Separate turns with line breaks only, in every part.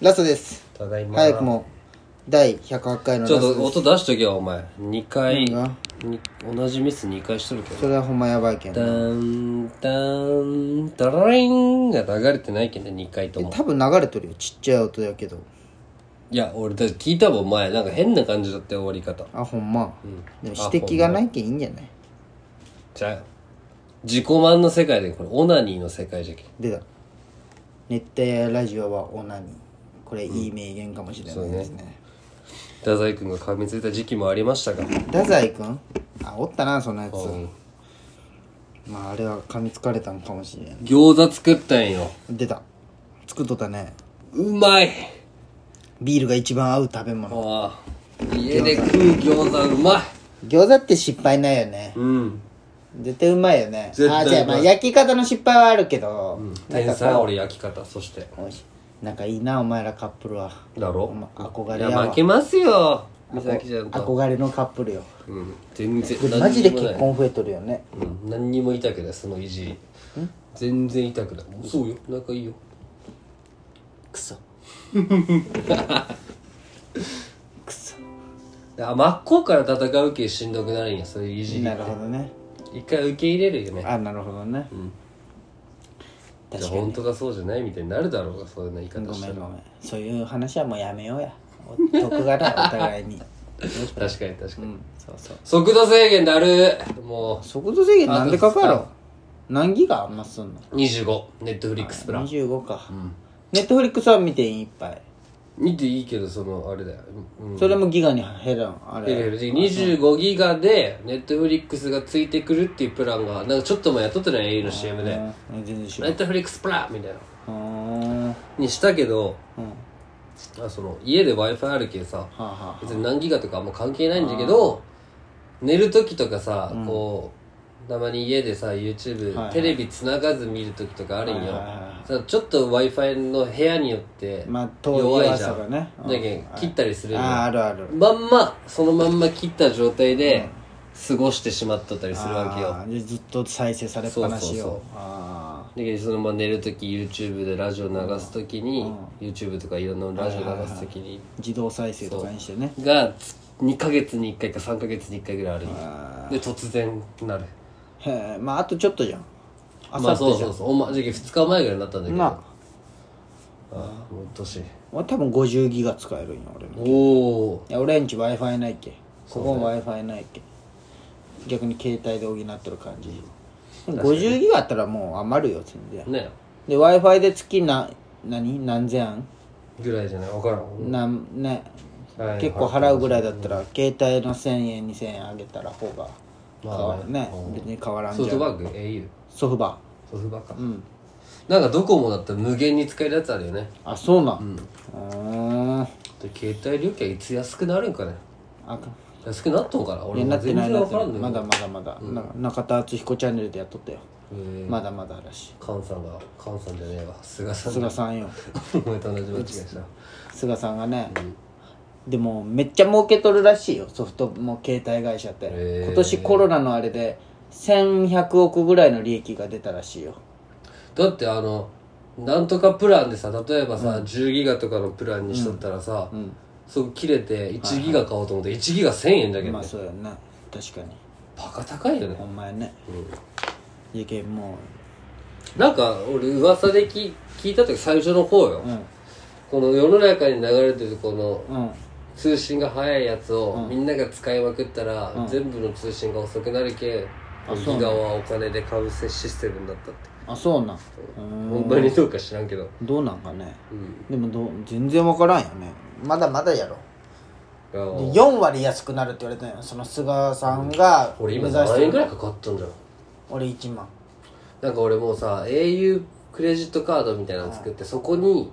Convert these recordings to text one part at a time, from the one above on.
ラストです
ただいま
早くも第108回のラ
ち
ス
ょっ
ト
と
です
音出しとけよお前2回
何が
に同じミス2回しとるけど
それはほんまやばいけん
ダンダンダラリンが流れてないけど2回とも
多分流れとるよちっちゃい音やけど
いや俺だって聞いたもん前なんか変な感じだったよ終わり方
あほんま、
ん
でも指摘がないけんいいんじゃない
じゃあ自己満の世界でこれオナニーの世界じゃけ
出た熱帯ラジオはオナニーこれいい名言かもしれないですね,、
太宰君が噛みついた時期もありましたが
太宰君あおったなそのやつ、
うん
まああれは噛みつかれたんかもしれない
餃子作ったんよ
出た作っとったね
うまい
ビールが一番合う食べ物
ああ家で食う餃子うまい
餃子って失敗ないよね
うん
絶対うまいよね
絶対うま
あ
い
じゃあまあ焼き方の失敗はあるけど、なん
天
か
才
さ
俺焼き方そして
おいしなんかいいなお前らカップルは
だろ、
ま憧
い
れや
や
わ
負けますよ美咲ちゃんと
憧れのカップルよ
うん全然
マジで
何にもない
結婚増えとるよね
うん何にも痛くないその意地全然痛くないそうよ仲いいよ
ク ソ
あ真っ向から戦うけしんどくなるんやそういう意地
なるほどね
一回受け入れるよね
あなるほどね、
い
確
や
かに
本当かそうじゃないみたいになるだろうがそういう言い方
ご
し
め
た
ん
ら
ごめんそういう話はもうやめようやお得がないお 互いに
確かに確か
う
に、
んそうそう
速度制限なるも
速度制限なんでかかろう何ギガあんますんの
う25ネットフリックスプラン
25か
ん
ネットフリックスは見ていいいっぱい
見ていいけどそのあれだよ、うん、
それもギガに減らんあ
いやいや
れ
25ギガでネットフリックスがついてくるっていうプランがなんかちょっと前やっとったね au の CM で
うん全然知ら
ネ
ん
ットフリックスプランみたいな
うーんは
にしたけど、あその家で w i f i あるけさ
あは
別に何ギガとかあんま関係ないんだけど寝る時とかさ、こうたまに家でさ YouTube、
はいはい
テレビつながず見る時とかあるんよ、
はいはいは
さちょっと w i f i の部屋によって
まあ遠い
弱いじゃ
朝
ん、
がねうん
だけん切ったりする
あ
んよ
ああるある
まんまそのまんま切った状態で過ごしてしまっとったりするわけよ
あーでずっと再生されっぱなし
そうそう
よ
そう
あ
だけどそのまま寝る時 YouTube でラジオ流す時に、YouTube とかいろんなラジオ流す時
ー
に
自動再生とかにしてね
が2ヶ月に1回か3ヶ月に1回ぐらいあるんよ
あ
で突然なる
へえまああとちょっとじゃんあ
ま
さ
あ
っ
そ
て
う
じゃ
そ
ん
うそうおまじゃけ2日前ぐらいになったんだけど
な
ああもううっとうしい
俺多分50ギガ使えるんよ俺も
おお
いや俺んち w i f i ないっけここも w i f i ないっけ逆に携帯で補っとる感じでも50ギガあったらもう余るよ全然
ね
で w i f i で月な何何千案
ぐらいじゃない分からん
なんね
はい
結構払うぐらいだったら携帯の1000円2000円あげたら方が変わるね別に変わらんじ
ソ
ゃ
フト
ん
バンク au
ソフバ
ソフトバンクか
うん
なんかドコモだったら無限に使えるやつあるよね
あそうなんうん
で携帯料金はいつ安くなるんかね
あか
安くなっとんかな
い
俺
や
も
なって
全
ない
然
な
分
って
か
な
ら
い
んのよ
まだまだまだ、な中田敦彦チャンネルでやっとったよ、
えー
まだまだらしい
菅さんが菅さんじゃねえわ菅さん
菅さんよ
お前と同じ間違いした
菅さんがね、でもめっちゃ儲けとるらしいよソフトも携帯会社って、
へー
今年コロナのあれで1100億ぐらいの利益が出たらしいよ
だってあのなんとかプランでさ例えばさ、10ギガとかのプランにしとったらさ、そこ切れて1ギガ買おうと思って1ギガ1000円だけど、ね
まあそうやな確かに
バカ高いよね
お前ね、いけんも
なんか俺噂でき聞いた時最初の方よ、
ううん
この世の中に流れてるこの
うん
通信が早いやつをみんなが使いまくったら、全部の通信が遅くなるけん
そう
ギガはお金で買うシステムになったって
あそうなんうん
本当にどうか知らんけど
どうなんかね
うん
でもどう全然分からんよねまだまだやろ
いや
で4割安くなるって言われたんよその菅さんが目
俺今
指
何
し
円ぐ
て
ら
る
いかかったんだろう
俺1万
なんか俺もうさ au クレジットカードみたいなの作ってそこに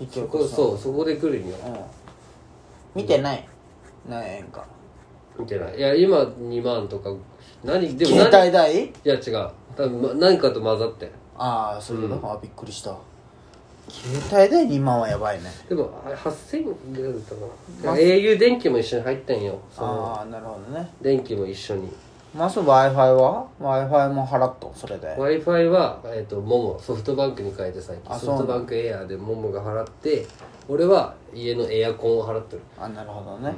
引き
そ
起
こ
こす
そうそこで来るんよ
うん見てない何円か
みたいないや今2万とか何でも
携
何
帯代
いや違う多分ま何かと混ざって
ああそういうこと、あびっくりした携帯代2万はやばいね
でもあれ8000ぐらいだったかな au 電気も一緒に入ったんよその
ああなるほどね
電気も一緒に
まあそう Wi-Fi は ?Wi-Fi も払っとんそれで
w i f i は、えっとモモソフトバンクに変えて最近
あそう
ソ
な
フ
の
トバンクエアーでモモが払って俺は家のエアコンを払ってる
あなるほどね、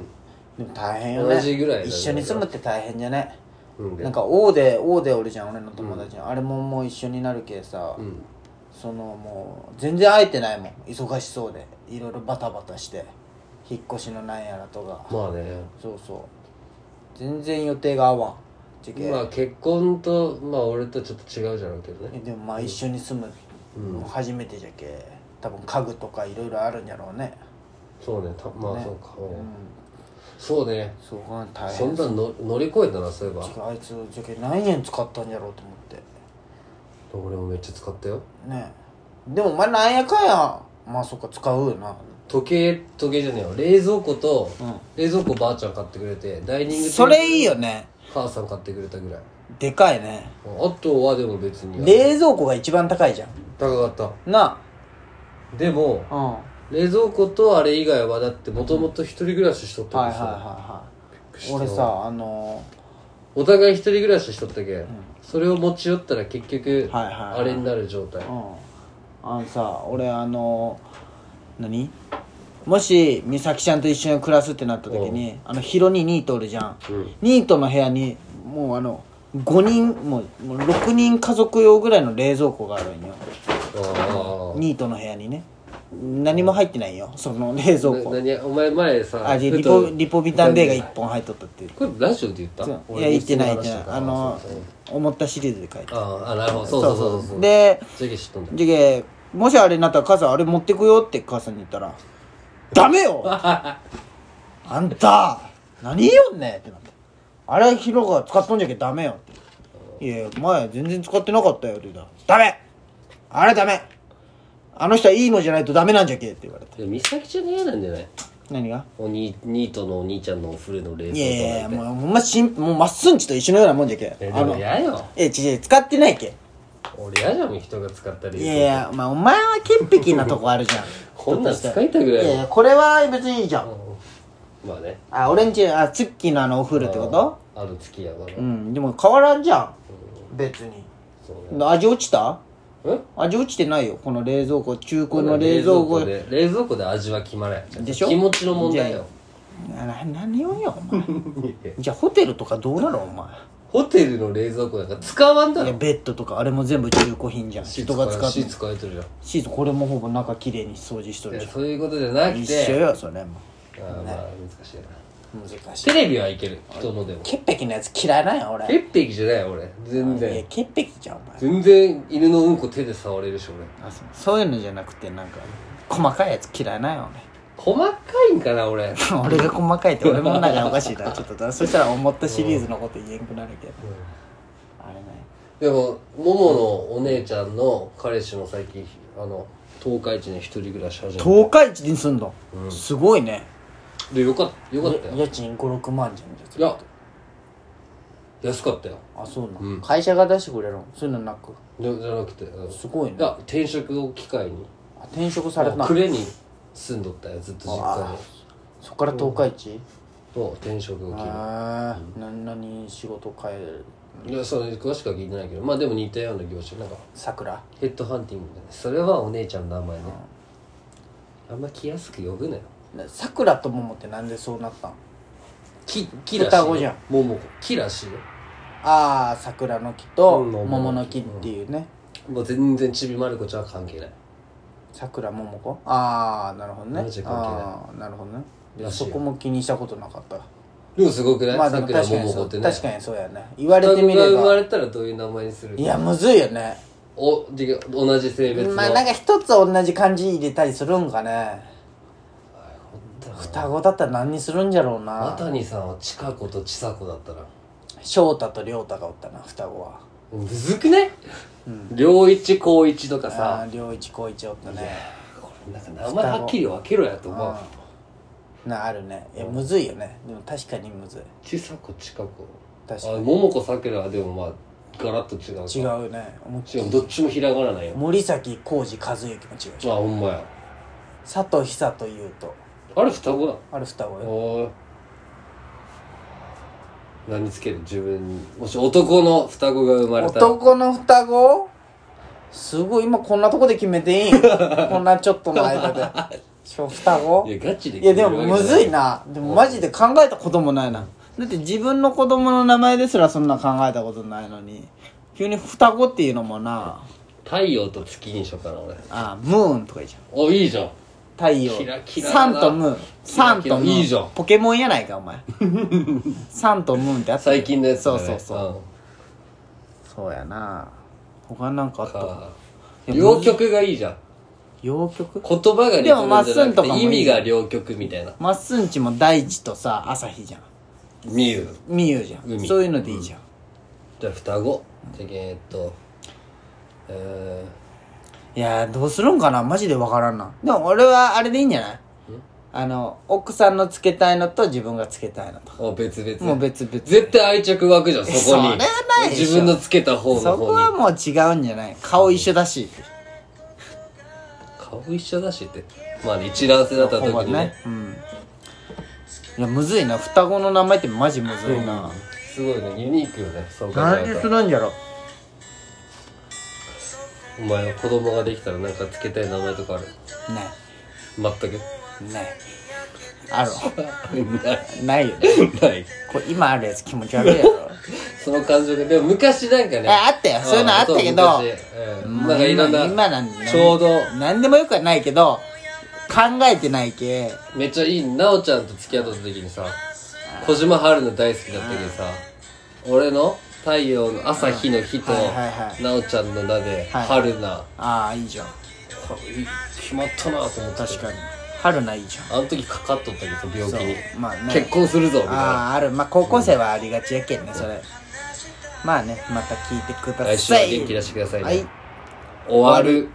でも大変よね
同じぐらいだね
一緒に住むって大変じゃね
うんで
なんか王で王でおるじゃん俺の友達の、あれももう一緒になるけさ、
うん
そのもう全然会えてないもん忙しそうでいろいろバタバタして引っ越しのなんやらとか
まあね
そうそう全然予定が合わんじゃけ、
まあ結婚とまあ俺とちょっと違うじゃろうけど
え
ね
でもまあ一緒に住むの初めてじゃけ、多分家具とかいろいろあるんやろうね
そうねたまあそうか、うん
うん
そうね
そうか大
そ
変
んなんの乗り越えたなそういえば
あいつじゃけ何円使ったんやろうと思って
俺もめっちゃ使ったよ
ねえでもお前なんやかんやまあそっか使うよな
時計時計じゃねえよ冷蔵庫と、
うん
冷蔵庫ばあちゃん買ってくれてダイニング
それいいよね
母さん買ってくれたぐらい
でかいね
あとはでも別に
冷蔵庫が一番高いじゃん
高かっ
な
たでも
あうんは
冷蔵庫とあれ以外はだってもともと一人暮らししとっ
いはい
た
は
ん
い
ですよ、
はい俺さあの
お互い一人暮らししとったけ、ん、それを持ち寄ったら結局、
はいはいはい
あれになる状態、
うんあのさ俺あの何もし美咲ちゃんと一緒に暮らすってなった時にあのヒロにニートおるじゃん、
うん
ニートの部屋にもうあの5人もうもう6人家族用ぐらいの冷蔵庫があるんよ
あ
ニートの部屋にね何も入ってないよその冷蔵
あ
庫
何お前前さ
あリ
ふ
リ
と
ポリポビタン D が1本入っとったっていう
これラジオで言った
いや言ってない言
俺
ってないあ
話
の
してたから
思ったシリーズで書いて
ああなるほどそうそうそうそう
で
ジェギ知っとんだよ
じゃけもしあれになったら母さんあれ持ってくよって母さんに言ったら「ダメ よあんた何言いよんねん」ってなって「あれヒロが使っとんじゃけダメよ」って「いやいや前全然使ってなかったよ」って言ったら「ダメあれダメあの人はいいのじゃないとダメなんじゃけ」って言われて
いや美咲ちゃんの嫌なんじゃない
何が
おにニートのお兄ちゃんのお風呂の冷蔵庫
いやいやいや
なんて
もうほんましんもうまっすんちと一緒のようなもんじゃけ
え
あ
でも
の
嫌よ
え違う使ってないけ
俺嫌じゃん人が使った冷
い
蔵
やいや、まあ、お前は潔癖なとこあるじゃん。
庫 こんなん使いたぐ
い
らい
やいや、これは別にいいじゃん。
まあね
あ、俺んち、あ、ツッキーのあのお風呂ってこと
ある月やから
うん、でも変わらんじゃん。別に。
そうね
味落ちた
うん
味落ちてないよ、この冷蔵庫。中古の冷蔵庫。
で冷蔵庫で味は決まらん
でしょ
気持ちの問題よ
なな何をよ、お前。
いや
じゃあホテルとかどうなの、お前。
ホテルの冷蔵庫なんか使わんだ
いや
ろ
ベッドとか、あれも全部中古品じゃん。
シー
人
ツ
が使
変え
っ
シ
て
ー。ツ変えてるじゃん
シート、これもほぼ中綺麗に掃除しとる
い
じ
やそういうことじゃな
ゃん。
く
一緒
て
よ、それも。
あーまあ難しいな
難しい。
テレビはいける人のでも
潔癖のやつ嫌いなんや、俺。
潔癖じゃない俺全
いや
然
潔癖じゃんお前
全然犬のうんこ手で触れるし俺
あそうそういうのじゃなくてなんか細かいやつ嫌いなよ
細かいんかな俺
俺 俺が細かいって俺もなんかおかしいなちょっとだそしたら思ったシリーズのこと言えんくなるけど、あれね
でももものお姉ちゃんの彼氏も最近あの東海地で一人暮らし始め
東海地に住んだ、すごいね
てでよかったよかったよ
家賃56万じゃんじゃあ
いや安かったよ
あそうな、
うん
ん、会社が出してくれるのそういうのなく
じゃじゃなくてうんい
すごいね
や転職を機会に
あ転職されたの
呉に住んどったよずっと実家に
あそっから東海地、
と転職を機
へえ
会
何何仕事変える
にいやそう詳しくは聞いてないけどまあでも似たような業種なんか
さくら
ヘッドハンティングみたいなそれはお姉ちゃんの名前ねあんま気安く呼ぶなよ
さくらとももってなんでそうなったん
木木らしい
双子じゃん
もうもう木らしいよ
ああ桜の木と
うん
桃の木っていうね、
もう全然ちびまる子ちゃんは関係ない
桜桃子ああなるほどね
マジで関係ない
ああなるほどねで
らしい
そ
よ
こも気にしたことなかった
でもすごくない
まあで
さ
も
くら
確
も
かに
も
そ
こっ
う
てね
確かにそうやね言われ
双
てみ
子が
れ
生ま
ば
れたらどういう名前にする
いやむずいよね
おで同じ性別の、
まあなんか一つ同じ漢字入れたりするんかね双子だったら何にするんじゃろう
渡
な
谷さんは千佳子と千佐子だったら
翔太と亮太がおったな双子は
むずくね、両一高一とか
あ
さ
あ亮一光一おったね
これなんか名前はっきり分けろやと思う
なあるねいやむずいよねでも確かにむずい
千佐子千佳子
確
あ
か
桃子さくらはでもまあガラッと違うか
に違うね思いっきり
違うどっちもひらがなないよ
森崎浩二和之も違うし
あほんまや
佐藤久というと
あれ双子だ
ある双子よ
おー何つける自分もし男の双子が生まれたら
男の双子すごい今こんなとこで決めてい いんこんなちょっとの間でそう双子
いやガチで
いやでもむずいなでもマジで考えたこともないなだって自分の子供の名前ですらそんな考えたことないのに急に双子っていうのもな
太陽と月にしようかな俺
あムーンとかいいじゃん
おいいじゃん
太陽
キラキラだ
サ
な
ンとムーンサンとムーン
いいじゃん
ポケモンやないか お前サンとムーンってあったよ
最近のやつだ
そ
ね
うそうそうそうやな他なんかあ
ん
ったか
か両曲がいいじゃん
洋曲
言葉が
でもまっす
似てる
ん
んじ
と
ゃ
か
な
も
く
いい
て意味が両曲みたいな
まっすんちも大地とさ朝日じゃん
ミュウ
みゆじゃん
海
そういうのでいいじゃん、
じゃあ双子じゃけんえっとえ
いやーどうするんかなマジでわからんなでも俺はあれでいいんじゃないあの奥さんのつけたいのと自分がつけたいのと
ー、あ別々
もう別々
絶対愛着湧くじゃんそこに
それはないでしょ
自分のつけた方の
そ
方に
こはもう違うんじゃない顔一緒だし
顔一緒だしってまあね一卵性だった時
ほぼ
にね
ねうんいやむずいな双子の名前ってマジむずいな、
すごいねユニークよねそう考
何
え
に
た
す
ら
るんじゃろ
お前は子供ができたらなんかつけたい名前とかある
ね
全く
ねある
ない
ないよね
ない
これ今あるやつ気持ち悪いやろ
その感情がでも昔なんかね
ああったよそういうのあったけど
そう昔うん
もう
なんかいろんな
今なんで
ちょうど
何でもよくはないけど考えてないけ
めっちゃいい奈緒ちゃんと付き合った時にさ小島春菜大好きだったけどさ俺の太陽の朝日の日と
はいはいはい
奈緒ちゃんの名で
はい
春菜
ああいいじゃん
これ決まったなと思って
確かに春菜いいじゃん
あの時かかっとったけど病気に
そうまあね
結婚するぞみたいな
あああるまあ高校生はありがちやけんねそれまあねまた聞いてください
来週は元気出してくださいね
はい
終わる